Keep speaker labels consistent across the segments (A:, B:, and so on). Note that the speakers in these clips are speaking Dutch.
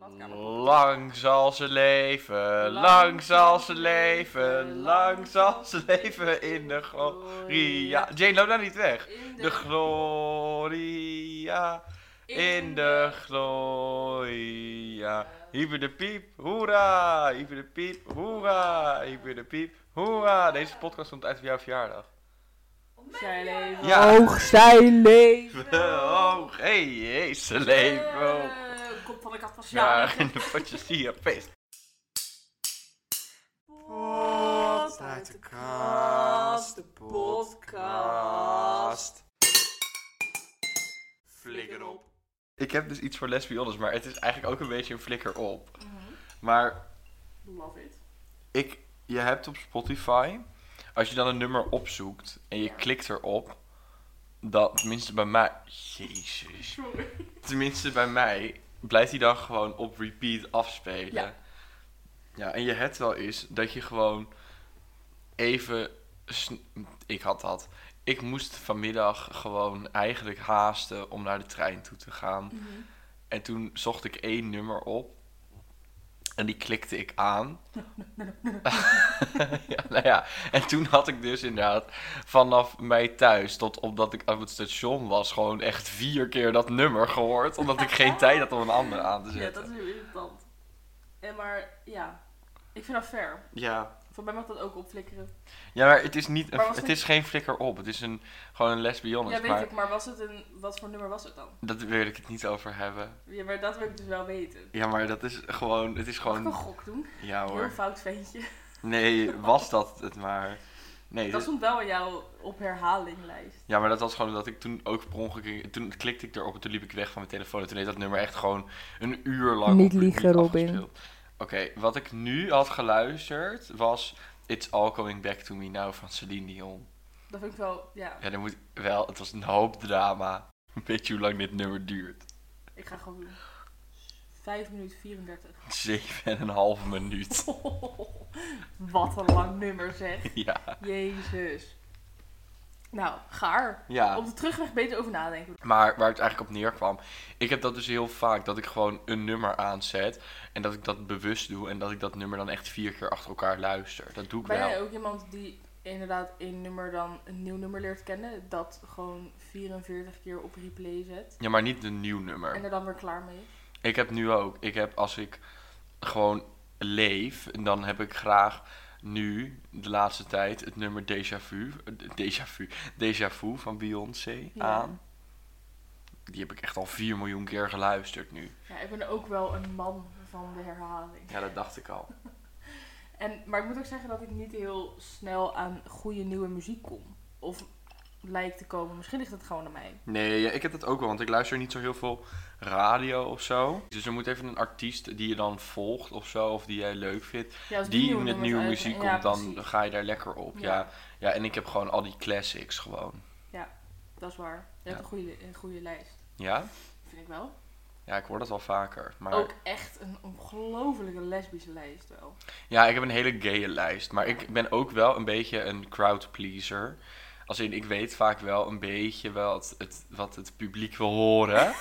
A: Ja,
B: Mm.
A: maar goed.
B: Lang zal ze leven, lang zal ze leven, lang zal ze leven in de gloria. Jane, loop nou niet weg.
C: In de,
B: De gloria, in de gloria. Hyper de piep, hoera! Hyper de piep, hoera! Hyper de piep, hoera! Deze podcast komt uit voor jouw verjaardag.
C: Zij leven.
B: Ja.
D: Hoog zij leven.
B: Oh, hey, jezus, leven.
C: Eh, Kop van de kat van Sjaar.
B: Ja, in de potjes die je feest.
C: Pot uit de kast, de podcast.
B: Flikker op. Ik heb dus iets voor lesbiones, maar het is eigenlijk ook een beetje een flikker op.
C: Mhm.
B: Maar
C: Love it.
B: ik, je hebt op Spotify, als je dan een nummer opzoekt en je
C: Ja.
B: klikt erop, dat, tenminste bij mij, jezus,
C: Sorry.
B: tenminste bij mij, blijft die dan gewoon op repeat afspelen.
C: Ja.
B: Ja, en je het wel is dat je gewoon even, sn- ik had dat, ik moest vanmiddag gewoon eigenlijk haasten om naar de trein toe te gaan. En toen zocht ik één nummer op. En die klikte ik aan. ja, nou ja. En toen had ik dus inderdaad vanaf mij thuis tot omdat ik op het station was, gewoon echt vier keer dat nummer gehoord. Omdat ik geen tijd had om een ander aan te
C: Ja,
B: zetten.
C: dat is heel irritant. En maar ja, ik vind dat fair.
B: Ja,
C: Voor mij mag dat ook opflikkeren.
B: ja maar het is, niet een-
C: Maar was
B: het
C: het-
B: is geen flikker op. Het is een, gewoon een lesbionnes.
C: Ja, weet
B: maar
C: ik, maar was het een, wat voor nummer was het dan?
B: dat wil ik het niet over hebben.
C: Ja, maar dat wil ik dus wel weten.
B: Ja, maar dat is gewoon, het is
C: Mag ik een
B: gewoon,
C: gok doen?
B: ja
C: Heel
B: hoor.
C: fout ventje.
B: Nee, was dat het maar. Nee,
C: Dat
B: dus dit-
C: stond wel in jouw op herhalinglijst.
B: Ja, maar dat was gewoon dat ik toen ook per ongeluk... Toen klikte ik erop en toen liep ik weg van mijn telefoon. En toen deed dat nummer echt gewoon een uur lang
D: Niet
B: op repeat
D: liegen, Robin.
B: afgespeeld. Oké, wat ik nu had geluisterd was... It's All Coming Back To Me Now van Celine Dion.
C: Dat vind ik wel, ja.
B: Ja, dat moet wel... Het was een hoop drama. Weet je hoe lang dit nummer duurt?
C: Ik ga gewoon doen. 5 minuten 34.
B: Zeven en een halve minuut.
C: Wat een lang nummer zeg.
B: Ja.
C: Jezus. Nou, gaar.
B: Ja.
C: Op de terugweg beter over nadenken.
B: Maar waar het eigenlijk op neerkwam... Ik heb dat dus heel vaak, dat ik gewoon een nummer aanzet... en dat ik dat bewust doe... en dat ik dat nummer dan echt vier keer achter elkaar luister. Dat doe ik
C: Ben
B: wel.
C: jij ook iemand die inderdaad één nummer dan een nieuw nummer leert kennen? Dat gewoon 44 keer op replay zet.
B: Ja, maar niet een nieuw nummer.
C: En er dan weer klaar mee. is?
B: Ik heb nu ook. Ik heb als ik gewoon leef, dan heb ik graag nu, de laatste tijd, het nummer Déjà Vu. eh, Déjà Vu. Déjà Vu van Beyoncé
C: Ja.
B: aan. Die heb ik echt al 4 miljoen keer geluisterd nu.
C: Ja, ik ben ook wel een man van de herhaling.
B: Ja, dat dacht ik al.
C: En, maar ik moet ook zeggen dat ik niet heel snel aan goede nieuwe muziek kom. Of lijkt te komen. Misschien ligt het gewoon aan mij.
B: Nee, ja, ik heb dat ook wel, want ik luister niet zo heel veel radio of zo. Dus er moet even een artiest die je dan volgt of zo, of die jij leuk vindt.
C: Ja, als
B: die
C: nieuwe
B: met
C: nummers
B: nieuwe
C: uit-
B: muziek
C: ja,
B: komt, dan
C: precies.
B: ga je daar lekker op. Ja.
C: Ja.
B: Ja. en ik heb gewoon al die classics gewoon.
C: Dat is waar. Je
B: Ja.
C: hebt een goede, een goede lijst.
B: Ja?
C: Vind ik wel.
B: Ja, ik hoor dat wel vaker. Maar
C: Ook echt een ongelofelijke lesbische lijst wel.
B: ja, ik heb een hele gaye lijst. Maar ik ben ook wel een beetje een crowd pleaser. Als in, ik weet vaak wel een beetje wel het, het, wat het publiek wil horen.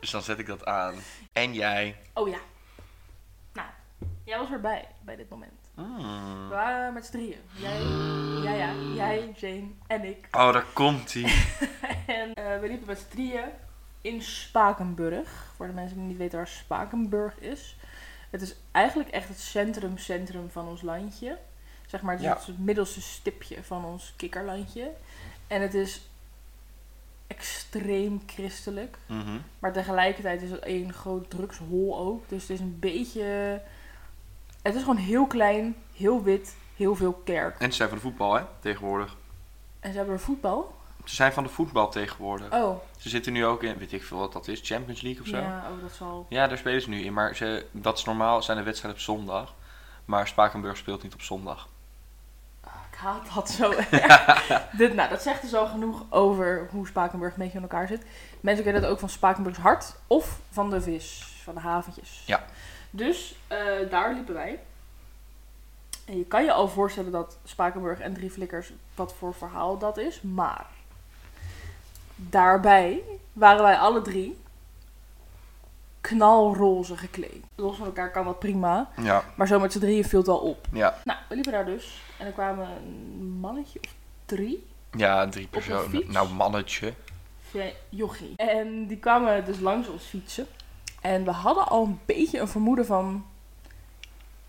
B: dus dan zet ik dat aan. En jij?
C: Oh ja. Nou, jij was erbij bij dit moment. We
B: Mm.
C: waren met z'n drieën. Jij, ja, ja, jij, Jane en ik.
B: Oh, daar komt ie.
C: En eh, we liepen met z'n drieën in Spakenburg. Voor de mensen die niet weten waar Spakenburg is. Het is eigenlijk echt het centrum, centrum van ons landje. Zeg maar, het, is
B: Ja.
C: het middelste stipje van ons kikkerlandje. En het is extreem christelijk.
B: Mhm.
C: Maar tegelijkertijd is het één groot drugshol ook. Dus het is een beetje... Het is gewoon heel klein, heel wit, heel veel kerk.
B: En ze zijn van de voetbal, hè? Tegenwoordig.
C: En ze hebben er voetbal.
B: Ze zijn van de voetbal tegenwoordig.
C: Oh,
B: Ze zitten nu ook in, weet ik veel wat dat is, Champions League of zo.
C: ja, oh, dat zal...
B: Ja, daar spelen ze nu in. Maar ze, dat is normaal, zijn de wedstrijden op zondag. Maar Spakenburg speelt niet op zondag.
C: Ah, Ik haat dat zo erg. Dit, nou, dat zegt dus al genoeg over hoe Spakenburg een beetje in elkaar zit. Mensen kennen dat ook van Spakenburgs hart of van de vis, van de haventjes.
B: Ja.
C: Dus eh, daar liepen wij. En je kan je al voorstellen dat Spakenburg en Drie Flikkers wat voor verhaal dat is. Maar daarbij waren wij alle drie knalroze gekleed. Los van elkaar kan dat prima,
B: Ja,
C: maar zo met z'n drieën viel het al op.
B: ja,
C: Nou, we liepen daar dus en er kwamen een mannetje of drie.
B: ja, drie
C: een fiets?
B: personen. Nou, mannetje.
C: Ja, jochie. En die kwamen dus langs ons fietsen. En we hadden al een beetje een vermoeden van...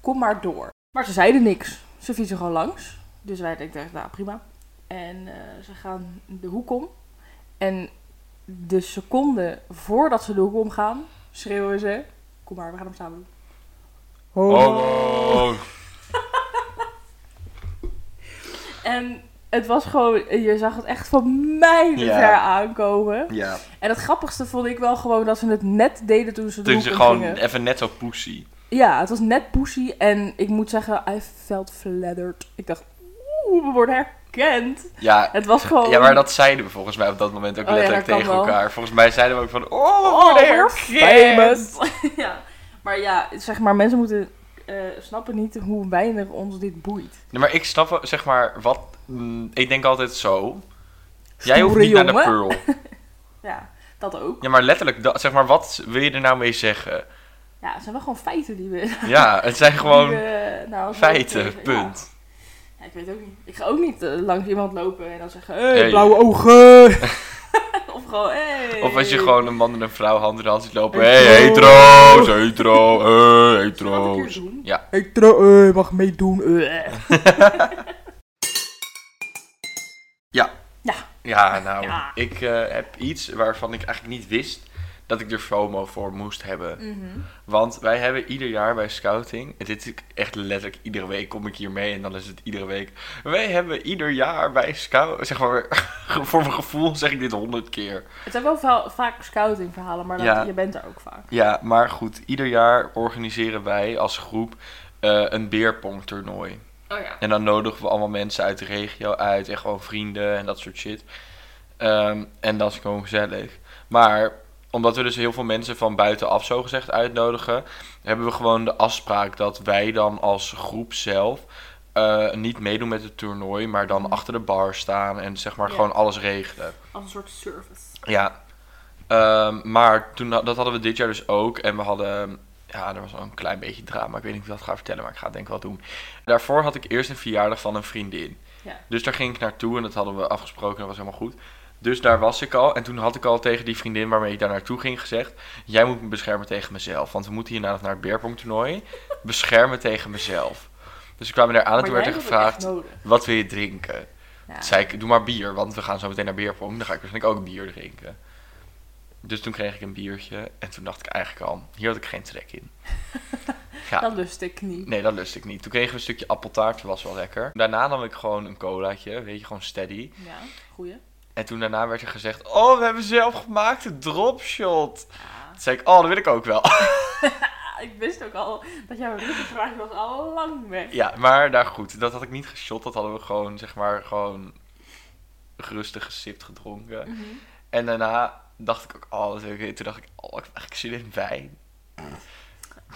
C: Kom maar door. Maar ze zeiden niks. Ze fietsen gewoon langs. Dus wij denken, echt, nou prima. En eh, ze gaan de hoek om. En de seconde voordat ze de hoek omgaan, schreeuwen ze... Kom maar, we gaan hem samen doen.
B: Oh,
C: En het was gewoon... Je zag het echt van mijlen
B: Ja.
C: ver aankomen.
B: Ja,
C: En het grappigste vond ik wel gewoon dat ze het net deden toen ze de
B: toen
C: hoek
B: ze
C: om
B: gewoon
C: gingen.
B: even net zo pussy.
C: Ja, het was net pussy en ik moet zeggen, I felt flattered. Ik dacht, oeh, we worden herkend.
B: Ja,
C: Het was gewoon...
B: ja, maar dat zeiden we volgens mij op dat moment ook
C: Oh ja,
B: letterlijk
C: dat kan
B: tegen
C: wel.
B: elkaar. Volgens mij zeiden we ook van, oh, we
C: Oh,
B: worden
C: we're
B: herkend.
C: famous. ja. Maar ja, zeg maar, mensen moeten eh, snappen niet hoe weinig ons dit boeit.
B: Nee, maar ik snap wel, zeg maar wat. mm, ik denk altijd zo. Jij
C: Stoere
B: hoeft niet naar de
C: jongen.
B: Pearl.
C: Ja, dat ook.
B: Ja, maar letterlijk, dat- zeg maar, wat wil je er nou mee zeggen?
C: Ja, het zijn wel gewoon feiten die we...
B: Ja, het zijn gewoon
C: die we, nou, als we-
B: feiten,
C: ja.
B: punt.
C: Ja, ik weet ook niet. Ik ga ook niet eh, langs iemand lopen en dan zeggen, hey,
B: Hey.
C: blauwe ogen. of gewoon, hey.
B: Of als je gewoon een man en een vrouw hand in hand ziet lopen.
C: Hey,
B: Hey, hetero's, hetero, hey,
C: Zullen we dat een keer
B: hetero's.
C: doen?
B: Ja.
C: Ik trouw, eh, mag meedoen. eh.
B: Ja, nou,
C: Ja.
B: ik eh, heb iets waarvan ik eigenlijk niet wist dat ik er FOMO voor moest hebben.
C: Mhm.
B: Want wij hebben ieder jaar bij scouting, en dit is echt letterlijk iedere week kom ik hier mee en dan is het iedere week. Wij hebben ieder jaar bij scouting, zeg maar, voor mijn gevoel zeg ik dit honderd keer.
C: Het zijn wel va- vaak scouting verhalen, maar dat-
B: Ja.
C: je bent er ook vaak.
B: Ja, maar goed, ieder jaar organiseren wij als groep eh, een beerpongtoernooi.
C: Oh ja.
B: En dan nodigen we allemaal mensen uit de regio uit en gewoon vrienden en dat soort shit. Ehm, en dat is gewoon gezellig. Maar omdat we dus heel veel mensen van buitenaf zo gezegd uitnodigen, hebben we gewoon de afspraak dat wij dan als groep zelf eh, niet meedoen met het toernooi, maar dan achter de bar staan en zeg maar
C: Ja.
B: gewoon alles regelen.
C: Als een soort service.
B: Ja. Ehm, maar toen, ha- dat hadden we dit jaar dus ook. En we hadden... Ja, er was wel een klein beetje drama. Ik weet niet of ik dat ga vertellen, maar ik ga het denk ik wel doen. Daarvoor had ik eerst een verjaardag van een vriendin.
C: Ja.
B: Dus daar ging ik naartoe en dat hadden we afgesproken. Dat was helemaal goed. Dus daar was ik al. En toen had ik al tegen die vriendin waarmee ik daar naartoe ging gezegd... Jij moet me beschermen tegen mezelf. Want we moeten hierna nog naar het beerpongtoernooi. Beschermen tegen mezelf. Dus ik kwam daar aan en toen werd er gevraagd...
C: nodig.
B: Wat wil je drinken?
C: Ja.
B: Toen zei ik, doe maar bier, want we gaan zo meteen naar Beerpong. Dan ga ik waarschijnlijk ook bier drinken. Dus toen kreeg ik een biertje en toen dacht ik eigenlijk al, hier had ik geen trek in. Ja,
C: Dat lust ik niet.
B: nee, dat lust ik niet. Toen kregen we een stukje appeltaart, dat was wel lekker. Daarna nam ik gewoon een colaatje, weet je, gewoon steady.
C: Ja, goeie.
B: En toen daarna werd er gezegd, oh, we hebben zelf gemaakt een dropshot.
C: Ja.
B: Toen zei ik, oh, dat wil ik ook wel.
C: Ah, ik wist ook al dat jouw ruggenvraag was al lang weg.
B: ja, maar daar goed, dat had ik niet geshot, dat hadden we gewoon, zeg maar, gewoon rustig gesipt gedronken.
C: Mhm.
B: En daarna dacht ik ook, oh, dat wil ik weten. Toen dacht ik, oh, ik heb eigenlijk zin in vijn.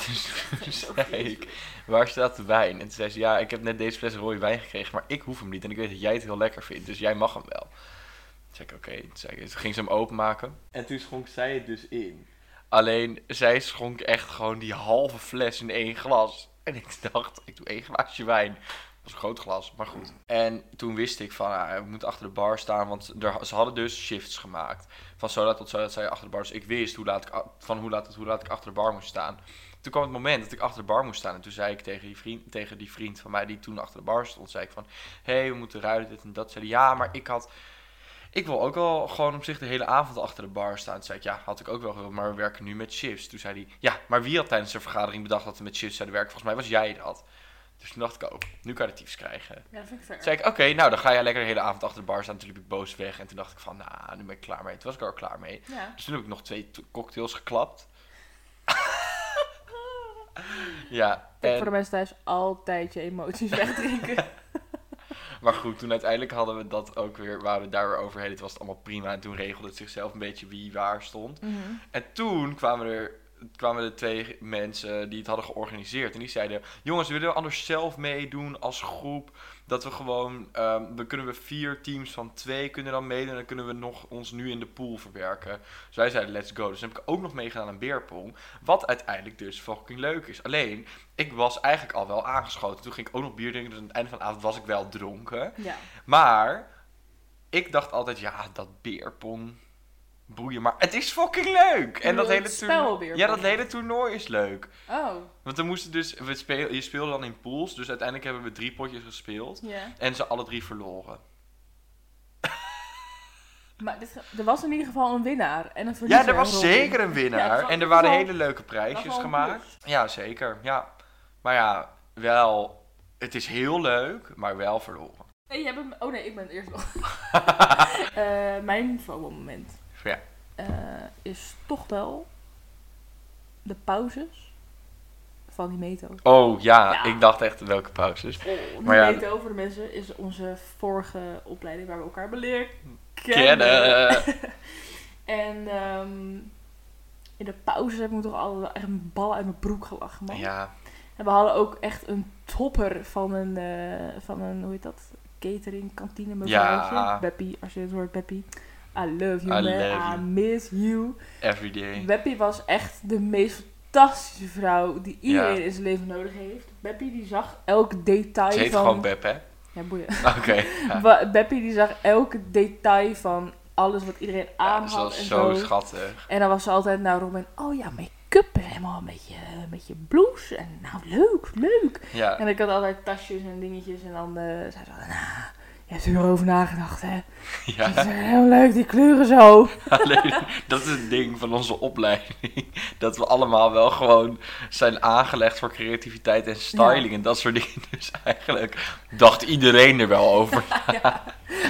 B: Dus toen
C: Zo
B: zei ik, waar staat de wijn? En toen zei ze, ja, ik heb net deze fles rode wijn gekregen, maar ik hoef hem niet. En ik weet dat jij het heel lekker vindt, dus jij mag hem wel. Toen zei ik, oké. Toen, zei ik- toen ging ze hem openmaken. En toen schonk zij het dus in. Alleen, zij schonk echt gewoon die halve fles in één glas. En ik dacht, ik doe één glaasje wijn. Dat was een groot glas, maar goed. En toen wist ik van, ah, ik moet achter de bar staan, want er, ze hadden dus shifts gemaakt. Van zo laat tot zo laat zei je achter de bar. Dus ik wist hoe laat ik, a- van hoe laat tot hoe laat ik achter de bar moest staan. Toen kwam het moment dat ik achter de bar moest staan. En toen zei ik tegen die vriend, tegen die vriend van mij die toen achter de bar stond, zei ik van... Hé, hey, we moeten ruilen, dit en dat. Zei hij, ja, maar ik had... Ik wil ook wel gewoon op zich de hele avond achter de bar staan. Toen zei ik, ja, had ik ook wel gewild, maar we werken nu met chips. Toen zei hij, ja, maar wie had tijdens de vergadering bedacht dat we met chips zouden werken? Volgens mij was jij dat. Dus toen dacht ik ook, nu kan ik tiefs krijgen.
C: Ja, dat vind ik
B: Toen
C: ver.
B: zei ik, oké, nou dan ga jij lekker de hele avond achter de bar staan. Toen liep ik boos weg en toen dacht ik van, nou, nu ben ik klaar mee. Toen was ik er al klaar mee.
C: Ja.
B: Dus toen heb ik nog twee to- cocktails geklapt. ja,
C: Tip
B: en-
C: voor de mensen thuis, altijd je emoties wegdrinken.
B: maar goed, toen uiteindelijk hadden we dat ook weer, waren we daar weer overheen. Het was allemaal prima en toen regelde het zichzelf een beetje wie waar stond.
C: Mhm.
B: En toen kwamen er kwamen er twee mensen die het hadden georganiseerd. En die zeiden, jongens, willen we anders zelf meedoen als groep? Dat we gewoon, ehm dan kunnen we vier teams van twee kunnen dan meedoen. En dan kunnen we nog ons nu in de pool verwerken. Dus wij zeiden, let's go. Dus dan heb ik ook nog meegedaan aan beerpong. Wat uiteindelijk dus fucking leuk is. Alleen, ik was eigenlijk al wel aangeschoten. Toen ging ik ook nog bier drinken. Dus aan het einde van de avond was ik wel dronken.
C: Ja.
B: Maar ik dacht altijd, ja, dat beerpong boeien. Maar het is fucking leuk. En dat
C: bedoelt
B: hele
C: het spel
B: toernooi.
C: beerpong?
B: Ja, dat hele toernooi is leuk.
C: Oh,
B: Want dan moesten dus, we speel, je speelde dan in pools. Dus uiteindelijk hebben we drie potjes gespeeld.
C: ja.
B: En ze alle drie verloren.
C: Maar dit, er was in ieder geval een winnaar en een verliezer.
B: Ja, er was
C: Robin.
B: zeker een
C: Ja,
B: winnaar.
C: dat was-
B: en er
C: dat
B: waren
C: was
B: hele leuke
C: dat
B: prijsjes
C: was wel een
B: gemaakt.
C: plus.
B: Ja, zeker. Ja. Maar ja, wel. Het is heel leuk, maar wel verloren.
C: Nee, jij bent- oh nee, ik ben het eerst nog. Eh, mijn FOMO-moment
B: Ja.
C: eh, is toch wel de pauzes van die meto.
B: Oh ja,
C: Ja.
B: ik dacht echt welke pauzes.
C: Oh, die
B: Maar ja,
C: meto, voor de mensen, is onze vorige opleiding waar we elkaar beleerd
B: Kennen.
C: En ehm, in de pauzes heb ik me toch al echt een bal uit mijn broek gelachen, man.
B: Ja,
C: En we hadden ook echt een topper van een, eh, van een hoe heet dat? Catering, kantine, mevrouwtje.
B: Ja.
C: Beppie, als je het hoort, Beppie. I love you, man.
B: I love you.
C: I miss you.
B: everyday.
C: Beppie was echt de meest fantastische vrouw die iedereen
B: Ja.
C: in zijn leven nodig heeft. Beppie die zag elk detail
B: Het heet
C: van...
B: gewoon Beb, hè?
C: ja, boeien.
B: Oké. ja.
C: Wa- Beppie die zag elk detail van alles wat iedereen aan
B: Ja, ze
C: had
B: was
C: en
B: zo schattig.
C: en dan was ze altijd, nou Robin, oh ja, make-up en helemaal met je, met je blouse. En nou, leuk, leuk.
B: Ja,
C: En ik had altijd tasjes en dingetjes. En dan eh, zei ze altijd, nou, je hebt erover nagedacht, hè? Dat is eh,
B: ja.
C: heel leuk, die kleuren zo.
B: Alleen, dat is het ding van onze opleiding. Dat we allemaal wel gewoon zijn aangelegd voor creativiteit en styling en dat soort dingen. Dus eigenlijk dacht iedereen er wel over.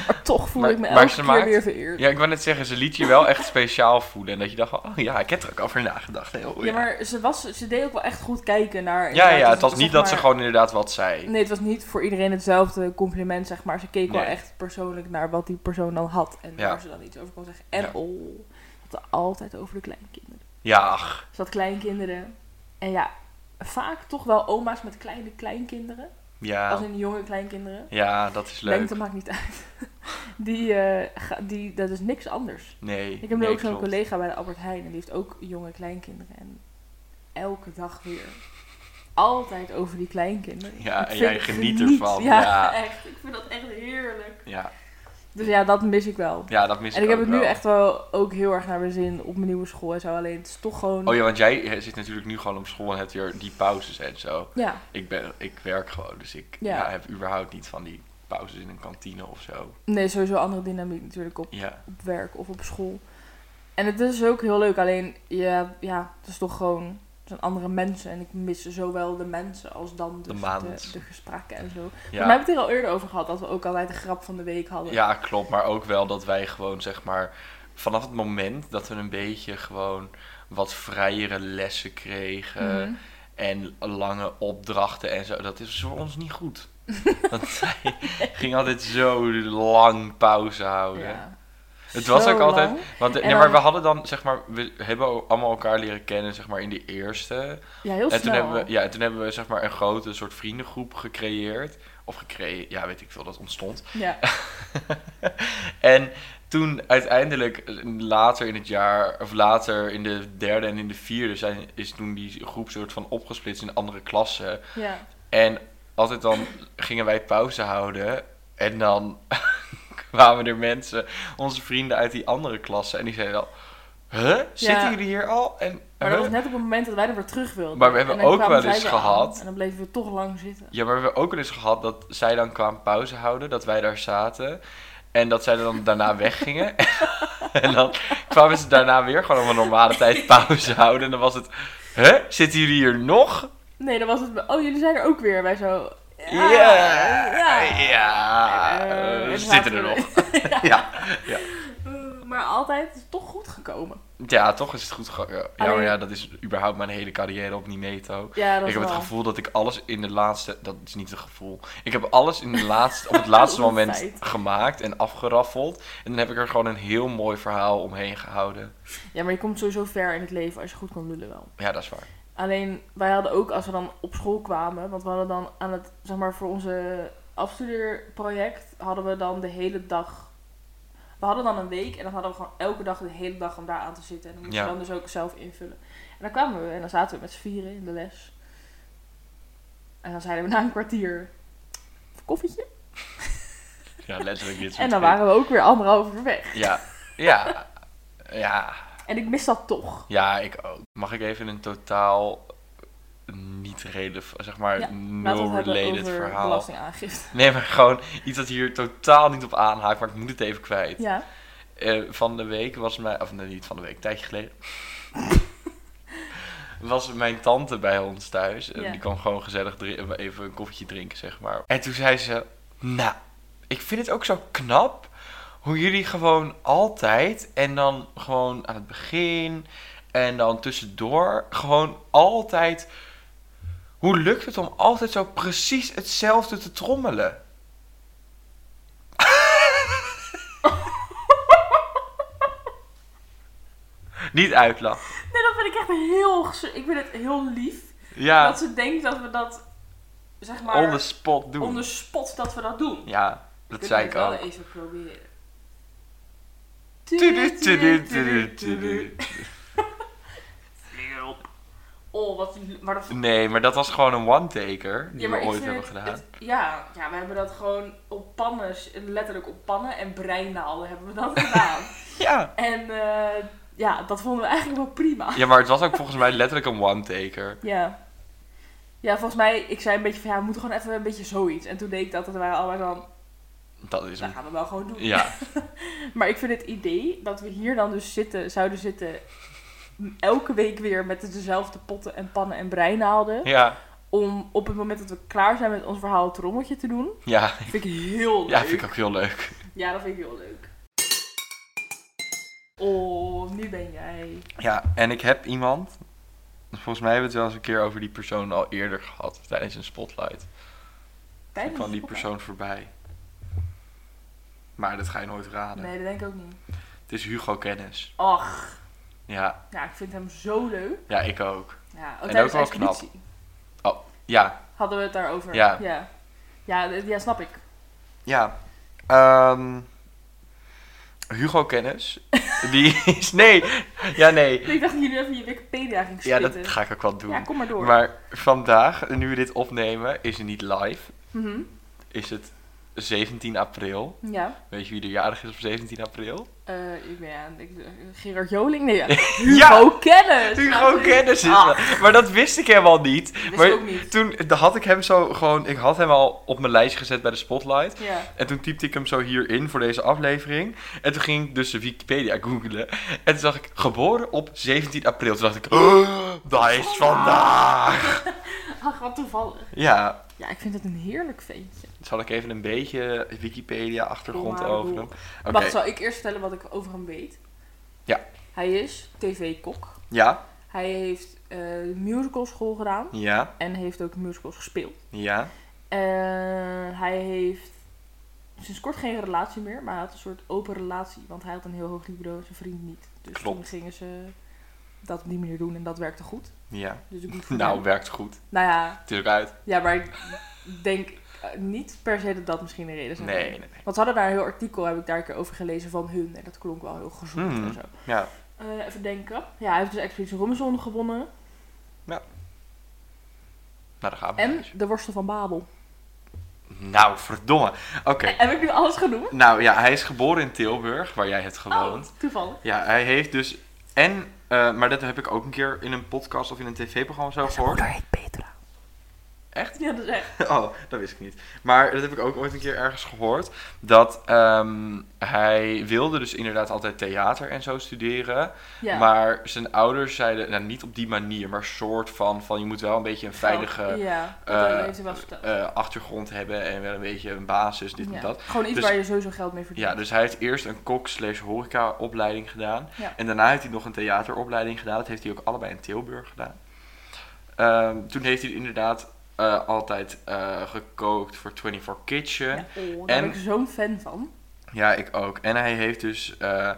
C: Maar toch voel
B: Maar-
C: ik me
B: maar
C: elke
B: ze
C: keer
B: maakt-
C: weer vereerd. Ja,
B: Ja, ik wou net zeggen, ze liet je wel echt speciaal voelen. En dat je dacht, van, oh ja, ik heb er ook over nagedacht. Heel, ja,
C: maar ze, was, ze deed ook wel echt goed kijken naar...
B: ja, ja,
C: inderdaad,
B: het was
C: zeg
B: niet dat ze
C: maar-
B: gewoon inderdaad wat zei.
C: Nee, het was niet voor iedereen hetzelfde compliment, zeg maar. Ze keek wel
B: Nee.
C: echt persoonlijk naar wat die persoon dan had. En
B: Ja.
C: waar ze dan iets over kon zeggen. En
B: Ja.
C: oh, het had altijd over de kleinkinderen.
B: Ja, ach,
C: Ze had kleinkinderen. En ja, vaak toch wel oma's met kleine kleinkinderen.
B: ja.
C: Als in jonge kleinkinderen.
B: Ja, dat is leuk.
C: Lengte maakt niet uit. Die, eh, ga- die, dat is niks anders.
B: Nee.
C: Ik heb nu
B: nee,
C: ook zo'n
B: klopt.
C: collega bij de Albert Heijn. En die heeft ook jonge kleinkinderen. En elke dag weer. Altijd over die kleinkinderen.
B: Ja,
C: Ik
B: en
C: vind-
B: jij
C: ik
B: geniet
C: geniet.
B: ervan,
C: Ja,
B: ja.
C: echt. Ik vind dat echt heerlijk.
B: Ja,
C: Dus ja, dat mis ik wel.
B: ja dat mis
C: en ik heb
B: ook
C: het nu
B: wel.
C: echt wel ook heel erg naar mijn zin op mijn nieuwe school en zo. Alleen het is toch gewoon...
B: Oh ja, want jij zit natuurlijk nu gewoon op school en hebt weer die pauzes en zo.
C: ja.
B: Ik, ben, ik werk gewoon, dus ik ja.
C: Ja.
B: heb überhaupt niet van die pauzes in een kantine of zo.
C: Nee, sowieso andere dynamiek natuurlijk op,
B: Ja,
C: op werk of op school. En het is ook heel leuk, alleen ja, ja, het is toch gewoon het zijn andere mensen. En ik mis zowel de mensen als dan dus
B: De
C: de,
B: maand.
C: de, gesprekken en zo. Maar we
B: ja.
C: hebben het hier al eerder over gehad, dat we ook altijd de grap van de week hadden.
B: ja, klopt. Maar ook wel dat wij gewoon, zeg maar, vanaf het moment dat we een beetje gewoon wat vrijere lessen kregen
C: Mhm.
B: en lange opdrachten en zo, dat is voor ons niet goed. Want zij ging altijd zo lang pauze houden.
C: Ja.
B: oh, Het was
C: Zo
B: ook altijd.
C: lang.
B: Want,
C: En
B: nee, maar
C: dan-
B: we hadden dan, zeg maar, we hebben o- allemaal elkaar leren kennen, zeg maar, in de eerste.
C: Ja, heel
B: En toen,
C: snel.
B: hebben we, ja, en toen hebben we, zeg maar, een grote soort vriendengroep gecreëerd. Of gecreëerd, ja, weet ik veel, dat ontstond.
C: ja.
B: En toen uiteindelijk, eh, later in het jaar, of later in de derde en in de vierde, zijn, is toen die groep soort van opgesplitst in andere klassen.
C: ja.
B: En altijd dan gingen wij pauze houden. En dan kwamen er mensen, onze vrienden uit die andere klasse. En die zeiden al, huh? Zitten
C: Ja.
B: jullie hier al? En,
C: Maar dat
B: "Huh?"
C: was net op het moment dat wij er weer terug wilden.
B: Maar we hebben
C: En dan
B: ook
C: kwamen
B: wel eens
C: zij weer aan
B: gehad-
C: En dan bleven we toch lang zitten.
B: Ja, maar we hebben ook wel eens gehad dat zij dan kwamen pauze houden. Dat wij daar zaten. En dat zij dan daarna weggingen. en dan kwamen ze daarna weer gewoon op een normale tijd pauze houden. En dan was het, huh? Zitten jullie hier nog?
C: Nee, dan was het... Oh, jullie zijn er ook weer. Wij zo...
B: Ja, ja.
C: Eh,
B: we
C: en
B: Ah, eh, zitten
C: zaten
B: er
C: we-
B: nog. ja.
C: Eh, maar altijd is het toch goed gekomen.
B: Ja, toch is het goed gegaan. Ja, Ja, maar
C: Alleen-
B: ja, dat is überhaupt mijn hele carrière op Nimeto.
C: Ja, dat
B: Ik heb
C: wel.
B: het gevoel dat ik alles in de laatste... Dat is niet het gevoel. Ik heb alles in de laatste, op het laatste
C: Dat is een
B: moment
C: feit.
B: gemaakt en afgeraffeld. En dan heb ik er gewoon een heel mooi verhaal omheen gehouden.
C: Ja, maar je komt sowieso ver in het leven als je goed kan lullen wel.
B: Ja, dat is waar.
C: Alleen, wij hadden ook, als we dan op school kwamen, want we hadden dan aan het, zeg maar, voor onze afstudeerproject, hadden we dan de hele dag, we hadden dan een week en dan hadden we gewoon elke dag de hele dag om daar aan te zitten. En dan moest
B: Ja.
C: je dan dus ook zelf invullen. En dan kwamen we en dan zaten we met z'n vieren in de les. En dan zeiden we na een kwartier, "Even koffietje?
B: Ja, letterlijk dit soort
C: En dan
B: dingen.
C: waren we ook weer anderhalf uur weg.
B: Ja, ja, ja.
C: En ik mis dat toch.
B: Ja, ik ook. Mag ik even een totaal niet relevant, zeg maar,
C: Ja, Laten
B: nul
C: we het hebben
B: related
C: over
B: verhaal.
C: belastingaangifte.
B: Nee, maar gewoon iets dat hier totaal niet op aanhaakt, maar ik moet het even kwijt.
C: Ja.
B: Eh, van de week was mijn, of nee, niet van de week, een tijdje geleden. was mijn tante bij ons thuis. En
C: Ja.
B: die kwam gewoon gezellig dri- even een koffietje drinken, zeg maar. En toen zei ze, nou, ik vind het ook zo knap hoe jullie gewoon altijd en dan gewoon aan het begin en dan tussendoor gewoon altijd... Hoe lukt het om altijd zo precies hetzelfde te trommelen? Niet uitlachen.
C: Nee, dat vind ik echt heel... gez- Ik vind het heel lief.
B: Ja.
C: Dat ze denkt dat we dat, zeg maar...
B: on the spot doen.
C: on the spot dat we dat doen.
B: Ja, dat
C: Kunnen
B: zei
C: we
B: ik
C: het
B: ook.
C: wel even proberen.
B: Tudu, tudu, tudu, tudu.
C: Oh, wat... Maar dat...
B: Nee, maar dat was gewoon een one-taker die
C: Ja, maar
B: we
C: ik
B: ooit
C: vind
B: hebben
C: het,
B: gedaan.
C: het- ja, ja, we hebben dat gewoon op pannen, letterlijk op pannen en breinaalden hebben we dat gedaan.
B: Ja.
C: en eh, ja, dat vonden we eigenlijk wel prima.
B: ja, maar het was ook volgens mij letterlijk een one-taker.
C: Ja. Ja, volgens mij, ik zei een beetje van ja, we moeten gewoon even een beetje zoiets. En toen deed ik dat, dat waren allemaal dan,
B: Dat is
C: dat
B: hem.
C: gaan we wel gewoon doen.
B: Ja,
C: Maar ik vind het idee dat we hier dan dus zitten, zouden zitten, m- elke week weer met dezelfde potten en pannen en breinaalden.
B: ja,
C: Om op het moment dat we klaar zijn met ons verhaal het rommeltje te doen.
B: ja.
C: Vind ik heel leuk.
B: Ja, vind ik ook heel leuk.
C: Ja, dat vind ik heel leuk. Oh, nu ben jij.
B: Ja, en ik heb iemand. Volgens mij hebben we het wel eens een keer over die persoon al eerder gehad tijdens een spotlight.
C: Tijdens
B: Van
C: de
B: die
C: podcast.
B: persoon voorbij. Maar dat ga je nooit raden.
C: Nee, dat denk ik ook niet.
B: Het is Hugo Kennis.
C: Ach,
B: Ja,
C: ja, ik vind hem zo leuk.
B: ja, ik ook.
C: Ja, ook
B: En
C: tijdens
B: ook wel knap.
C: expeditie
B: Ja,
C: hadden we het daarover.
B: Ja.
C: Ja, ja, d- ja, snap ik.
B: Ja. Ehm, Hugo Kennis. Die is... Nee. Ja, nee.
C: Ik dacht dat jullie even je Wikipedia ging
B: Ja,
C: spitten.
B: dat ga ik ook wel doen.
C: Ja, kom maar door.
B: Maar vandaag, nu we dit opnemen, is het niet live.
C: Mhm.
B: Is het 17 april.
C: Ja.
B: Weet je wie de jarig is op 17 april?
C: Eh, ik ben ja, ik, Gerard Joling, nee, ja.
B: Ja!
C: Hugo Kennis.
B: Hugo Kennis is
C: Ah,
B: dat. Maar dat wist ik helemaal niet.
C: wist
B: maar
C: ik ook niet.
B: toen had ik hem zo gewoon... Ik had hem al op mijn lijstje gezet bij de Spotlight.
C: Ja.
B: En toen typte ik hem zo hierin voor deze aflevering. En toen ging ik dus de Wikipedia googlen. En toen zag ik geboren op 17 april. Toen dacht ik, "Oh, dat is vandaag.
C: Ach, wat toevallig.
B: Ja,
C: Ja, ik vind het een heerlijk ventje.
B: zal ik even een beetje
C: Kom
B: Wikipedia-achtergrond
C: maar
B: over
C: door.
B: hem? Oké,
C: Wacht, zal ik eerst vertellen wat ik over hem weet?
B: Ja.
C: Hij is tv-kok.
B: ja,
C: Hij heeft eh musicalschool gedaan
B: ja,
C: en heeft ook musicals gespeeld.
B: ja,
C: Eh, hij heeft sinds kort geen relatie meer, maar hij had een soort open relatie. Want hij had een heel hoog libido en zijn vriend niet. Dus
B: Klopt.
C: toen gingen ze dat op die manier doen en dat werkte goed.
B: ja.
C: Dus ik moet
B: Nou, werkt goed.
C: Nou ja,
B: Het is eruit.
C: ja, maar ik denk eh, niet per se dat dat misschien een reden zou
B: Nee,
C: zijn.
B: nee, nee.
C: Want ze hadden daar een heel artikel, heb ik daar een keer over gelezen van hun. En dat klonk wel heel gezond
B: Hmm.
C: en zo.
B: Ja,
C: Eh, even denken. Ja, hij heeft dus Expeditie Robinson gewonnen.
B: Oh, nou, daar gaan we.
C: En de Worstel van Babel.
B: Nou, verdomme. Oké,
C: Heb ik nu alles genoemd?
B: nou ja, hij is geboren in Tilburg, waar jij hebt gewoond.
C: Oh, toevallig.
B: Ja, hij heeft dus. En, eh, maar dat heb ik ook een keer in een podcast of in een tv-programma zo
C: Zijn
B: gehoord.
C: moeder heet Petra.
B: Echt?
C: Ja, dat is echt.
B: Oh, dat wist ik niet. Maar dat heb ik ook ooit een keer ergens gehoord. Dat ehm, hij wilde dus inderdaad altijd theater en zo studeren.
C: Ja.
B: Maar zijn ouders zeiden, nou niet op die manier, maar soort van, van je moet wel een beetje een veilige
C: Oh, Ja, dat
B: eh,
C: heeft hij wel eens verteld.
B: eh, achtergrond hebben en wel een beetje een basis, dit
C: Ja.
B: en dat.
C: Gewoon iets
B: Dus-
C: waar je sowieso geld mee verdient.
B: Ja, dus hij heeft eerst een kok slash horeca opleiding gedaan.
C: Ja.
B: En daarna heeft hij nog een theateropleiding gedaan. Dat heeft hij ook allebei in Tilburg gedaan. Ehm, toen heeft hij inderdaad eh, altijd eh, gekookt voor 24 Kitchen.
C: Ja, oh, daar
B: En-
C: ben ik zo'n fan van.
B: Ja, ik ook. En hij heeft dus eh,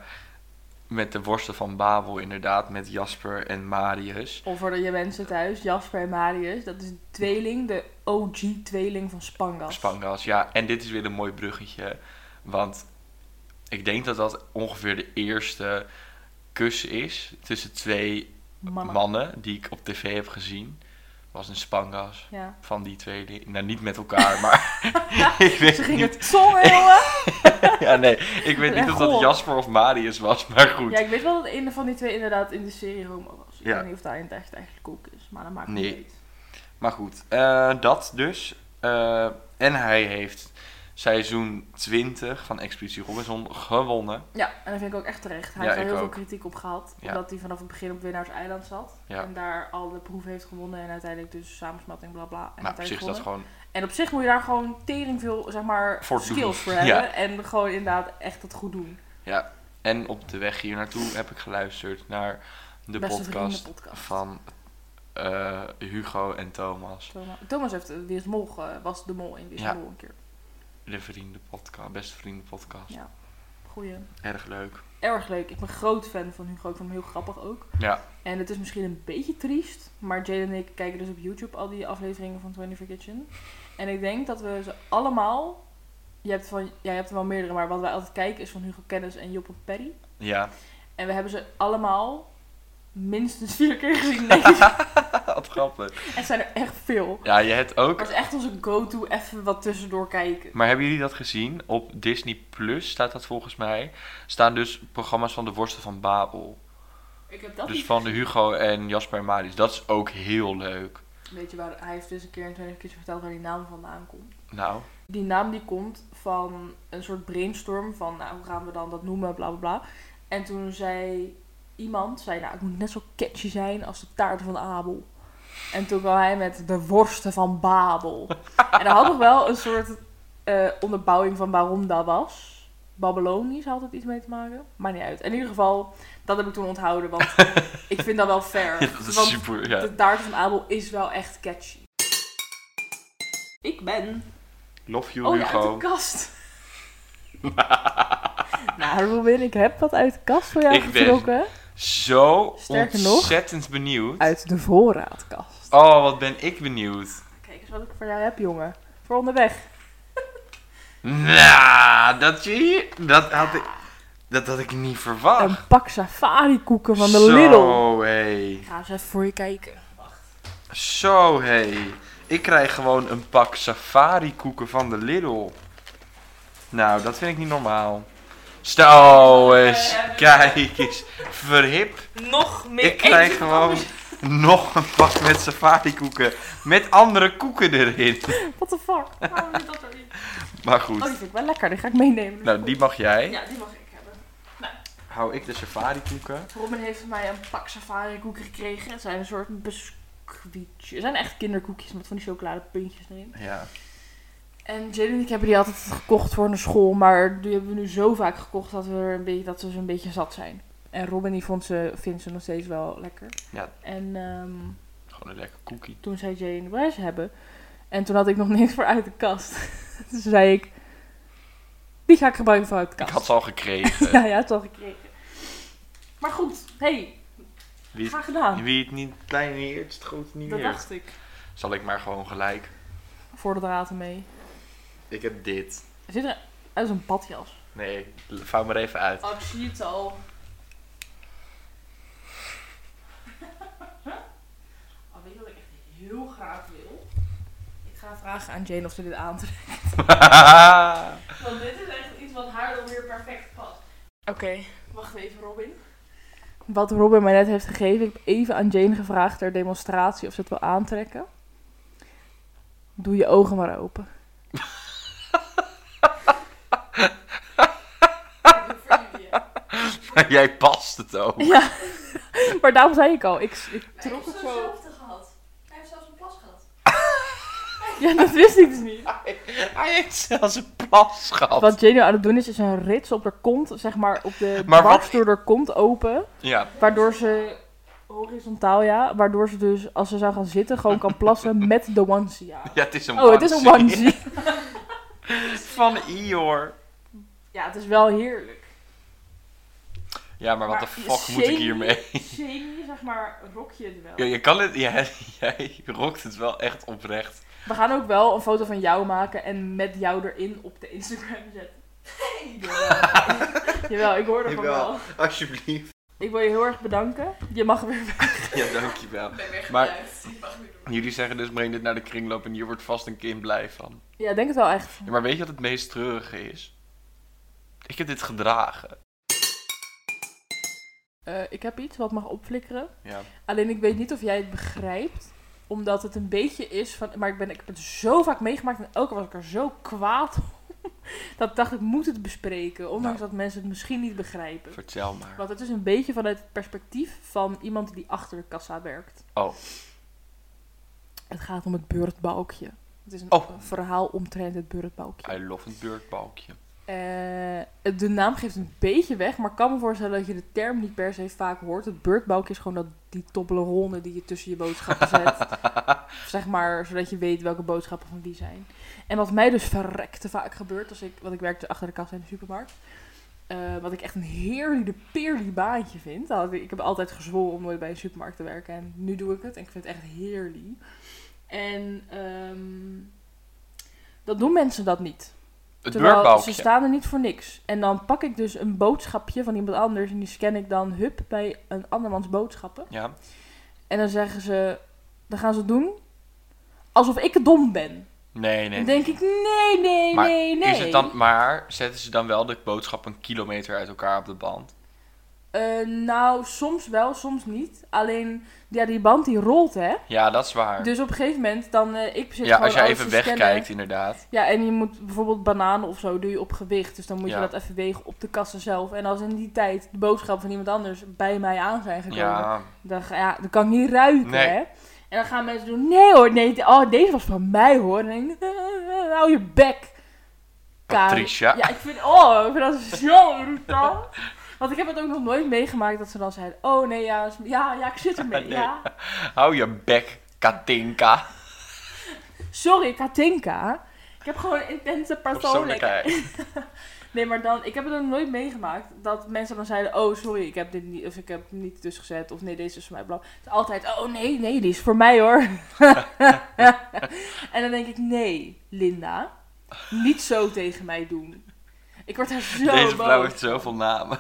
B: met de worsten van Babel inderdaad, met Jasper en Marius.
C: Of voor de je mensen thuis, Jasper en Marius. Dat is de tweeling, de OG-tweeling van Spangas.
B: Spangas, ja. En dit is weer een mooi bruggetje. Want ik denk dat dat ongeveer de eerste kus is tussen twee
C: Mannen.
B: mannen die ik op tv heb gezien. Was een Spangas
C: Ja.
B: van die twee. li- Nou, niet met elkaar, maar ik weet
C: Ze
B: niet.
C: gingen zongen, jongen.
B: Ja, nee. Ik weet niet
C: Ja,
B: of dat
C: goh.
B: Jasper of Marius was, maar goed.
C: Ja, ik weet wel dat een van die twee inderdaad in de serie homo was. Ik
B: Ja.
C: weet niet of daar in het echt eigenlijk ook is, maar dat maakt
B: Nee.
C: niet uit.
B: Maar goed, eh, dat dus. Eh, en hij heeft seizoen 20 van Expeditie Robinson gewonnen.
C: Ja, en dat vind ik ook echt terecht. Hij
B: Ja,
C: heeft er
B: ik
C: heel
B: ook.
C: veel kritiek op gehad,
B: Ja.
C: omdat hij vanaf het begin op Winnaars Eiland zat.
B: Ja.
C: En daar al de proef heeft gewonnen en uiteindelijk dus samensmatting, bla bla. En
B: Nou, op
C: uiteindelijk
B: zich is dat
C: gewonnen.
B: gewoon...
C: En op zich moet je daar gewoon tering veel zeg maar,
B: Voor doen.
C: skills voor
B: Ja.
C: hebben. En gewoon inderdaad echt het goed doen.
B: En op de weg hier naartoe heb ik geluisterd naar de
C: Beste
B: podcast,
C: vrienden podcast.
B: van eh, Hugo en Thomas.
C: Thomas, Thomas heeft eh, Wie is de Mol, ge- was de mol in Wie is
B: Ja.
C: de Mol een keer.
B: De vrienden podcast, beste vrienden podcast.
C: Ja. Goeie.
B: Erg leuk.
C: Erg leuk. Ik ben groot fan van Hugo. Ik vond hem heel grappig ook.
B: Ja.
C: En het is misschien een beetje triest, maar Jade en ik kijken dus op YouTube al die afleveringen van 24 Kitchen. En ik denk dat we ze allemaal... Je hebt, van, ja, je hebt er wel meerdere, maar wat wij altijd kijken is van Hugo Kennis en Joppe Perry.
B: Ja,
C: En we hebben ze allemaal minstens vier keer gezien, denk ik.
B: wat grappig.
C: Het zijn er echt veel.
B: Ja, je hebt ook...
C: Dat is echt onze go-to, even wat tussendoor kijken.
B: Maar hebben jullie dat gezien? Op Disney Plus staat dat volgens mij. Staan dus programma's van de worsten van Babel.
C: Ik heb dat
B: Dus
C: niet
B: van Hugo en Jasper en Marius. Dat is ook heel leuk.
C: Weet je waar, hij heeft dus een keer in 20 Kitchen verteld waar die naam vandaan komt.
B: Nou,
C: Die naam die komt van een soort brainstorm van, nou, hoe gaan we dan dat noemen, bla bla bla. En toen zei iemand, zei, nou, ik moet net zo catchy zijn als de taarten van Abel. En toen kwam hij met de worsten van Babel. en hij had nog wel een soort eh, onderbouwing van waarom dat was. Babylonisch had het iets mee te maken. Maakt niet uit. In ieder geval, dat heb ik toen onthouden, want ik vind dat wel fair.
B: ja, dat is
C: Want
B: super. Ja.
C: de taart van Abel is wel echt catchy. Ik ben.
B: Love you,
C: Oh ja, uit
B: Hugo.
C: de kast. nou, Robin, ik heb wat uit de kast voor jou
B: Ik ben-
C: getrokken.
B: Zo
C: Sterker nog-
B: ontzettend benieuwd.
C: Uit de voorraadkast.
B: Oh, wat ben ik benieuwd.
C: Kijk eens wat ik voor jou heb, jongen. Voor onderweg.
B: Nou, dat je hier- Dat had ik... Dat had ik niet verwacht.
C: Een pak safari koeken van de
B: Zo,
C: Lidl.
B: hey.
C: Ah. Ik ga eens even voor je kijken.
B: Zo, hey. Ik krijg gewoon een pak safari koeken van de Lidl. Nou, dat vind ik niet normaal. Stel eens, kijk eens. Verhip.
C: Nog meer. Oh,
B: Ik krijg gewoon nog een pak met safari koeken. Met andere koeken erin.
C: What the fuck? Waarom zit dat erin?
B: Maar
C: Oh, die
B: goed.
C: vind ik wel lekker. Die ga ik meenemen.
B: Nou, die mag jij.
C: Ja, die mag ik hebben.
B: Hou ik de safari koeken.
C: Robin heeft van mij een pak safari koeken gekregen. Het zijn een soort biscuitjes. Het zijn echt kinderkoekjes met van die chocoladepuntjes erin.
B: Ja.
C: En Jane en ik hebben die altijd gekocht voor naar school. Maar die hebben we nu zo vaak gekocht dat we, er een beetje, dat we ze een beetje zat zijn. En Robin die vond ze, vindt ze nog steeds wel lekker.
B: Ja.
C: En ehm,
B: Gewoon een lekker koekie.
C: toen zei Jane, wil jij ze hebben? En toen had ik nog niks voor uit de kast. dus zei ik, die ga ik gebruiken voor uit de
B: Ik
C: kast.
B: had ze al gekregen.
C: Ja, ja, het al gekregen. Maar goed, hey,
B: Wie,
C: graag gedaan.
B: wie het niet klein niet eert, is het groot niet
C: Dat
B: meer.
C: dacht ik.
B: Zal ik maar gewoon gelijk.
C: Voor de draden mee.
B: Ik heb dit.
C: Zit er... Dat is een badjas.
B: Nee, vouw maar even uit.
C: Oh, ik zie het al. oh, weet je wat ik echt heel graag wil? Ik ga vragen aan Jane of ze dit aantrekt. Want dit is echt iets wat haar dan weer perfect past. Oké. Wacht even, Robin. Wat Robin mij net heeft gegeven, ik heb even aan Jane gevraagd ter demonstratie of ze het wil aantrekken. Doe je ogen maar open.
B: Jij past het ook.
C: Ja, maar daarom zei ik al, ik, ik
A: Hij
C: trok het
A: heeft
C: zo.
A: hetzelfde gehad. Hij heeft zelfs een plas gehad.
C: Ja, dat wist ik dus niet.
B: Hij heeft zelfs een plas gehad.
C: Wat Jeno aan het doen is, is een rits op haar kont, zeg maar op de
B: Maar
C: dwars
B: wat-
C: door haar kont open.
B: Ja,
C: Waardoor ze, horizontaal ja, waardoor ze dus als ze zou gaan zitten gewoon kan plassen met de onesie aan.
B: ja, het is een
C: Oh, het is een onesie.
B: Van Ior.
C: Ja, het is wel heerlijk.
B: Ja, maar wat de
C: Maar
B: fuck moet ik
C: shame-
B: hiermee?
C: Semi, zeg maar, rok je het wel.
B: Ja, je kan het, ja, jij rokt het wel echt oprecht.
C: We gaan ook wel een foto van jou maken en met jou erin op de Instagram zetten. Jawel, ik hoor ervan
B: Jawel.
C: wel.
B: Alsjeblieft.
C: Ik wil je heel erg bedanken. Je mag weer weg.
B: Ja, dankjewel.
A: Ik ben weer
B: Maar-
A: gejuicht. Ik mag nu doen.
B: Jullie zeggen dus breng dit naar de kringloop en hier wordt vast een kind blij van.
C: Ja, ik denk het wel echt.
B: Ja, maar weet je wat het meest treurige is? Ik heb dit gedragen.
C: Eh, ik heb iets wat mag opflikkeren.
B: Ja.
C: Alleen ik weet niet of jij het begrijpt. Omdat het een beetje is van... Maar ik, ben, ik heb het zo vaak meegemaakt en elke keer was ik er zo kwaad om, Dat ik dacht, ik moet het bespreken. Ondanks
B: Nou.
C: dat mensen het misschien niet begrijpen.
B: Vertel maar.
C: Want het is een beetje vanuit het perspectief van iemand die achter de kassa werkt.
B: Oh.
C: Het gaat om het beurtbalkje. Het is een
B: Oh.
C: verhaal omtrent het beurtbalkje.
B: I love een beurtbalkje.
C: Eh, het- de naam geeft een beetje weg, maar ik kan me voorstellen dat je de term niet per se vaak hoort. Het beurtbalkje is gewoon dat, die Toblerone die je tussen je boodschappen zet. zeg maar, zodat je weet welke boodschappen van wie zijn. En wat mij dus verrekte vaak gebeurt, als ik, want ik werkte achter de kassa in de supermarkt. eh, wat ik echt een heerlijke peerlie baantje vind. Nou, ik heb altijd gezworen om nooit bij een supermarkt te werken. En nu doe ik het. En ik vind het echt heerlijk. En ehm, dat doen mensen dat niet.
B: Het
C: Terwijl ze
B: beurtbalkje.
C: staan er niet voor niks. En dan pak ik dus een boodschapje van iemand anders en die scan ik dan hup bij een andermans boodschappen.
B: Ja.
C: En dan zeggen ze, dan gaan ze het doen alsof ik dom ben.
B: Nee, nee.
C: Dan denk ik, nee, nee,
B: Maar
C: nee, nee.
B: Is het dan, maar zetten ze dan wel de boodschap een kilometer uit elkaar op de band?
C: Eh, nou, soms wel, soms niet. Alleen, ja, die band die rolt, hè.
B: Ja, dat is waar.
C: Dus op een gegeven moment, dan, eh, ik zit
B: ja,
C: gewoon
B: als jij
C: alles
B: even
C: te scannen.
B: wegkijkt, inderdaad.
C: Ja, en je moet bijvoorbeeld bananen of zo doe je op gewicht. Dus dan moet
B: Ja.
C: je dat even wegen op de kassa zelf. En als in die tijd de boodschappen van iemand anders bij mij aan zijn gekomen,
B: Ja.
C: dan, ga- ja, dan kan ik niet ruiken,
B: Nee.
C: hè. En dan gaan mensen doen, nee hoor, nee, de- oh, deze was van mij hoor. En dan denk ik, eh, hou je bek. Karen.
B: Patricia.
C: Ja, ik vind, oh, ik vind dat zo irritant. Want ik heb het ook nog nooit meegemaakt dat ze dan zeiden, oh nee, ja, is- ja, ja ik zit ermee,
B: Nee.
C: ja.
B: Hou je bek, Katinka.
C: Sorry, Katinka. Ik heb gewoon een intense persoonlijkheid.
B: Persoonlijkheid.
C: Nee, maar dan, ik heb het nog nooit meegemaakt dat mensen dan zeiden: Oh, sorry, ik heb dit niet, of ik heb hem niet dus gezet, of nee, deze is voor mij blauw. Het is altijd: Oh, nee, nee, die is voor mij hoor. en dan denk ik: Nee, Linda, niet zo tegen mij doen. Ik word daar zo
B: Deze
C: boos.
B: vrouw heeft zoveel namen.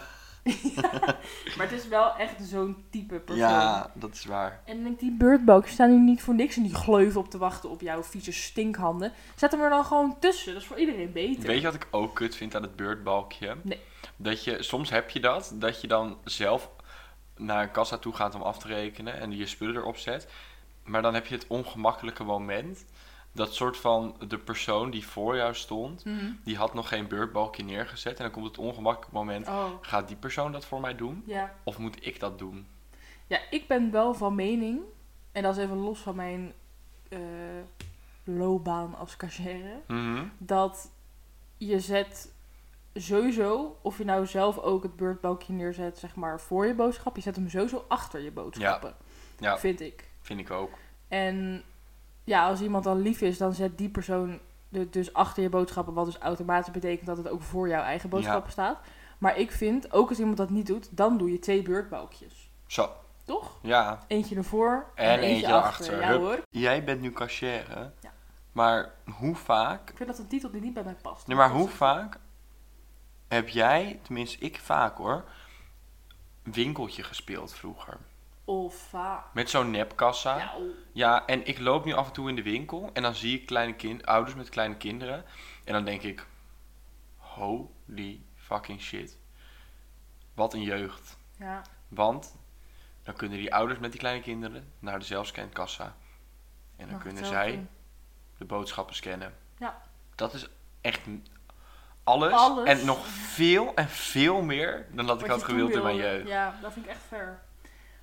C: Maar het is wel echt zo'n type persoon.
B: Ja, dat is waar.
C: En dan denk ik, die beurtbalkjes staan nu niet voor niks in die gleuven op te wachten op jouw vieze stinkhanden. Zet hem er dan gewoon tussen, dat is voor iedereen beter.
B: Weet je wat ik ook kut vind aan het beurtbalkje?
C: Nee.
B: Dat je, soms heb je dat, dat je dan zelf naar een kassa toe gaat om af te rekenen en je spullen erop zet. Maar dan heb je het ongemakkelijke moment. Dat soort van de persoon die voor jou stond,
C: Mhm.
B: die had nog geen beurtbalkje neergezet. En dan komt het ongemakkelijke moment.
C: Oh,
B: Gaat die persoon dat voor mij doen?
C: ja.
B: Of moet ik dat doen?
C: Ja, ik ben wel van mening, en dat is even los van mijn eh, loopbaan als cashier,
B: Mhm.
C: dat je zet sowieso, of je nou zelf ook het beurtbalkje neerzet, zeg maar, voor je boodschap, je zet hem sowieso achter je boodschappen,
B: Ja,
C: vind ik.
B: vind ik ook.
C: En ja, als iemand dan lief is, dan zet die persoon het dus achter je boodschappen, wat dus automatisch betekent dat het ook voor jouw eigen boodschappen staat. Maar ik vind, ook als iemand dat niet doet, dan doe je twee beurtbalkjes.
B: Zo,
C: Toch?
B: ja.
C: Eentje ervoor en,
B: En
C: eentje,
B: eentje
C: achter.
B: achter.
C: Ja
B: Hup.
C: hoor.
B: Jij bent nu cashier,
C: Ja.
B: maar hoe vaak,
C: Ik vind dat een titel die niet bij mij past.
B: nee, maar hoe vaak heb jij, tenminste ik vaak hoor, winkeltje gespeeld vroeger?
C: Of va.
B: Met zo'n nepkassa. Ja.
C: Ja, oh.
B: en ik loop nu af en toe in de winkel en dan zie ik kleine kind, ouders met kleine kinderen. En dan denk ik, holy fucking shit. Wat een jeugd.
C: ja.
B: Want dan kunnen die ouders met die kleine kinderen naar de zelfscankassa. En dan
C: mag
B: kunnen
C: het zelf
B: zij
C: doen.
B: de boodschappen scannen.
C: Ja.
B: Dat is echt n- alles,
C: Alles.
B: en nog veel en veel meer dan dat ik
C: Wat
B: had
C: je toen
B: gewild in mijn
C: wilde.
B: jeugd.
C: Ja, dat vind ik echt fair.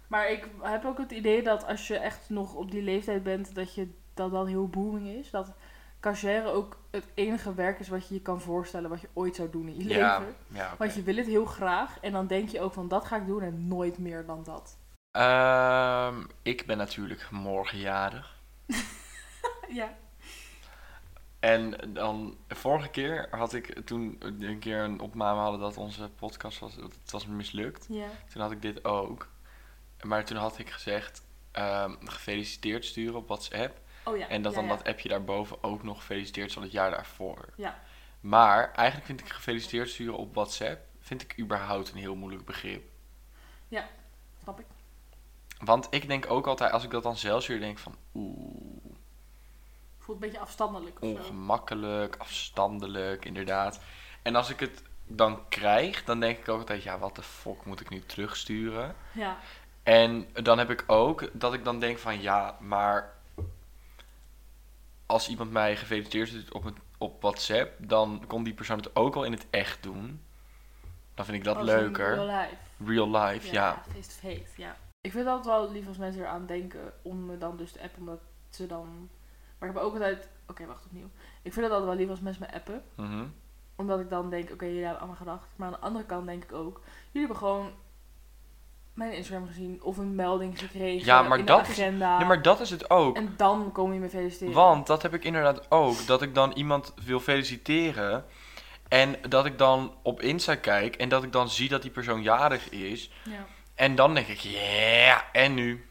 C: Maar ik heb ook het idee dat als je echt nog op die leeftijd bent, dat je dat dan heel booming is. Dat cashier ook het enige werk is wat je je kan voorstellen wat je ooit zou doen in je
B: ja,
C: leven.
B: ja, oké.
C: Want je wil het heel graag en dan denk je ook van dat ga ik doen en nooit meer dan dat.
B: Ehm, ik ben natuurlijk morgen jarig.
C: Ja.
B: En dan, vorige keer had ik toen een keer een opname hadden dat onze podcast was, dat het was mislukt.
C: Ja.
B: Toen had ik dit ook. Maar toen had ik gezegd, ehm, gefeliciteerd sturen op WhatsApp.
C: Oh ja.
B: En dat
C: ja,
B: dan
C: ja.
B: dat appje daarboven ook nog gefeliciteerd zal het jaar daarvoor.
C: Ja.
B: Maar eigenlijk vind ik gefeliciteerd sturen op WhatsApp vind ik überhaupt een heel moeilijk begrip.
C: Snap ik.
B: Want ik denk ook altijd, als ik dat dan zelfs weer denk van oeh,
C: Voelt een beetje afstandelijk of zo.
B: ongemakkelijk, afstandelijk, inderdaad. En als ik het dan krijg, dan denk ik ook altijd, ja, wat de fuck moet ik nu terugsturen?
C: Ja.
B: En dan heb ik ook dat ik dan denk van ja, maar als iemand mij gefeliciteerd doet op, een, op WhatsApp, dan kon die persoon het ook wel in het echt doen. Dan vind ik dat
C: Als in
B: leuker.
C: real
B: Real,
C: life.
B: life, ja.
C: Face to face, ja. Ik vind het altijd wel lief als mensen eraan denken om me dan dus te appen, omdat ze dan... Maar ik heb ook altijd... Oké, wacht opnieuw. Ik vind het altijd wel lief als mensen me appen,
B: Mhm.
C: omdat ik dan denk, oké, jullie hebben allemaal gedacht. Maar aan de andere kant denk ik ook, jullie hebben gewoon mijn Instagram gezien of een melding gekregen
B: Ja, maar
C: in
B: dat
C: de
B: is-
C: agenda.
B: Nee, maar dat is het ook.
C: En dan kom je me feliciteren.
B: Want dat heb ik inderdaad ook. Dat ik dan iemand wil feliciteren. En dat ik dan op Insta kijk. En dat ik dan zie dat die persoon jarig is.
C: Ja.
B: En dan denk ik, ja, en nu?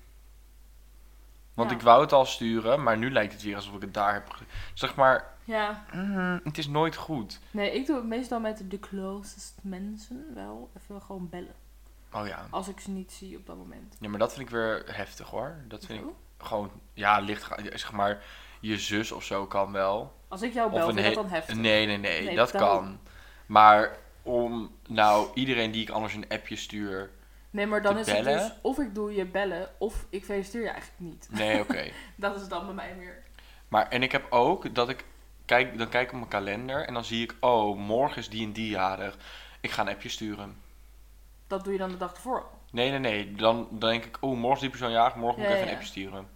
B: Want
C: Ja.
B: ik wou het al sturen, maar nu lijkt het weer alsof ik het daar heb. ge- Zeg maar,
C: ja.
B: mm, het is nooit goed.
C: Nee, ik doe het meestal met de closest mensen wel even gewoon bellen.
B: Oh ja.
C: Als ik ze niet zie op dat moment.
B: Ja, maar dat vind ik weer heftig hoor. Dat vind ik gewoon, ja, licht. ga- Zeg maar, je zus of zo kan wel.
C: Als ik jou
B: Of
C: bel, vind ik dat
B: he-
C: dan heftig.
B: Nee, nee, nee,
C: Nee,
B: dat
C: dat-
B: kan. Maar om nou iedereen die ik anders een appje stuur.
C: Nee, maar dan
B: te
C: is het
B: bellen.
C: dus of ik doe je bellen of ik feliciteer je eigenlijk niet.
B: Nee, oké.
C: Dat is dan bij mij meer.
B: Maar en ik heb ook dat ik kijk, dan kijk ik op mijn kalender en dan zie ik, oh, morgen is die en die jarig. Ik ga een appje sturen.
C: Dat doe je dan de dag ervoor. al.
B: Nee, nee, nee. Dan, dan denk ik, oh, morgen is die persoon jarig, morgen moet
C: Ja,
B: ik even
C: ja.
B: een appje sturen.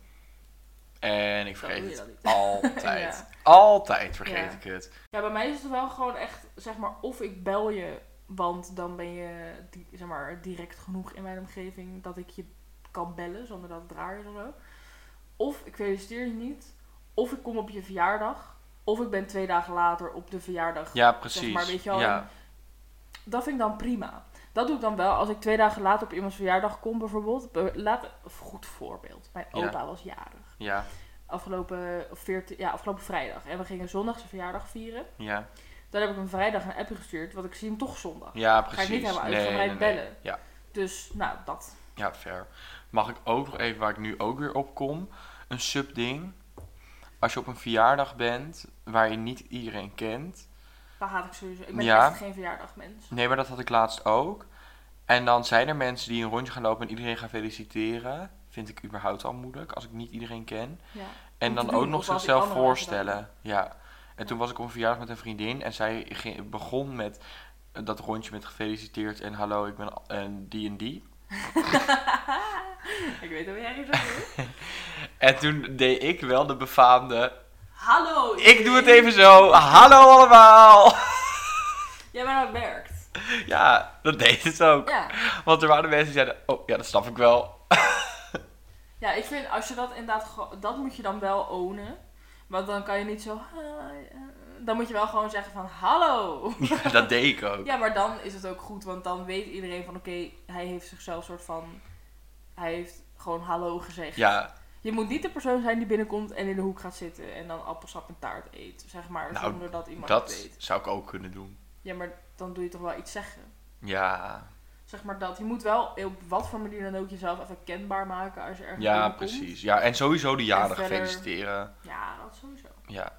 B: En ik
C: Zo doe je
B: vergeet
C: dat
B: het.
C: niet.
B: Altijd.
C: Ja.
B: Altijd vergeet
C: Ja.
B: ik het.
C: Ja, bij mij is het wel gewoon echt, zeg maar, of ik bel je, want dan ben je, di- zeg maar, direct genoeg in mijn omgeving dat ik je kan bellen zonder dat het raar is of zo. Of ik feliciteer je niet, of ik kom op je verjaardag, of ik ben twee dagen later op de verjaardag.
B: Ja, precies.
C: weet je wel,
B: ja.
C: Dat vind ik dan prima. Dat doe ik dan wel als ik twee dagen later op iemands verjaardag kom, bijvoorbeeld. Be- Laat, of goed voorbeeld. Mijn
B: Ja.
C: opa was jarig.
B: ja,
C: Afgelopen, 14, ja, afgelopen vrijdag. En we gingen zondag zijn verjaardag vieren.
B: ja,
C: Dan heb ik hem vrijdag een appje gestuurd, want ik zie hem toch zondag.
B: ja, precies.
C: Ga ik niet helemaal uitgebreid bellen.
B: Ja.
C: Dus, nou, dat.
B: Ja, fair. Mag ik ook nog even, waar ik nu ook weer op kom, een subding. Als je op een verjaardag bent waar je niet iedereen kent,
C: Daar haat ik sowieso. Ik ben
B: Ja.
C: echt geen verjaardagmens.
B: Nee, maar dat had ik laatst ook. En dan zijn er mensen die een rondje gaan lopen en iedereen gaan feliciteren. Vind ik überhaupt al moeilijk, als ik niet iedereen ken.
C: Ja.
B: En
C: Om
B: dan
C: te doen,
B: ook nog
C: of wat die
B: zichzelf
C: anderen
B: voorstellen. Ja. En toen was ik op een verjaardag met een vriendin en zij ging- begon met eh, dat rondje met gefeliciteerd en hallo, ik ben al- en die en die.
C: ik weet hoe jij het doet.
B: En toen deed ik wel de befaamde,
C: Hallo!
B: ik doe het even zo, hallo allemaal.
C: Jij bent aan het werkt.
B: Ja, dat deed het ook.
C: Ja.
B: Want er waren mensen die zeiden, oh ja, dat snap ik wel.
C: Ja, ik vind als je dat inderdaad. ge- Dat moet je dan wel ownen. Want dan kan je niet zo. "Hi, eh." Dan moet je wel gewoon zeggen van hallo.
B: dat deed ik ook.
C: Ja, maar dan is het ook goed. Want dan weet iedereen van oké, hij heeft zichzelf soort van. Hij heeft gewoon hallo gezegd.
B: Ja,
C: Je moet niet de persoon zijn die binnenkomt en in de hoek gaat zitten en dan appelsap en taart eet. Zeg maar,
B: Nou,
C: zonder dat iemand
B: Dat
C: het weet.
B: zou ik ook kunnen doen.
C: Ja, maar dan doe je toch wel iets zeggen.
B: Ja,
C: Zeg maar dat. Je moet wel op wat voor manier dan ook jezelf even kenbaar maken als je ergens
B: ja
C: binnenkomt.
B: precies. Ja, en sowieso de jarige
C: verder-
B: feliciteren.
C: Ja, dat sowieso.
B: Ja.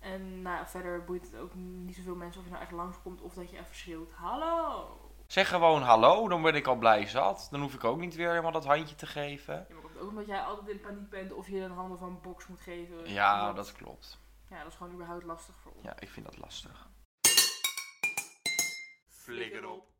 C: En nou ja, verder boeit het ook niet zoveel mensen of je nou echt langskomt of dat je even schreeuwt: Hallo!
B: Zeg gewoon hallo, dan ben ik al blij zat. Dan hoef ik ook niet weer helemaal dat handje te geven.
C: Ja, maar komt ook omdat jij altijd in paniek bent of je een handen van een box moet geven.
B: Ja,
C: Want-
B: dat klopt.
C: ja, dat is gewoon überhaupt lastig voor ons.
B: Ja, ik vind dat lastig.
C: Flikker op.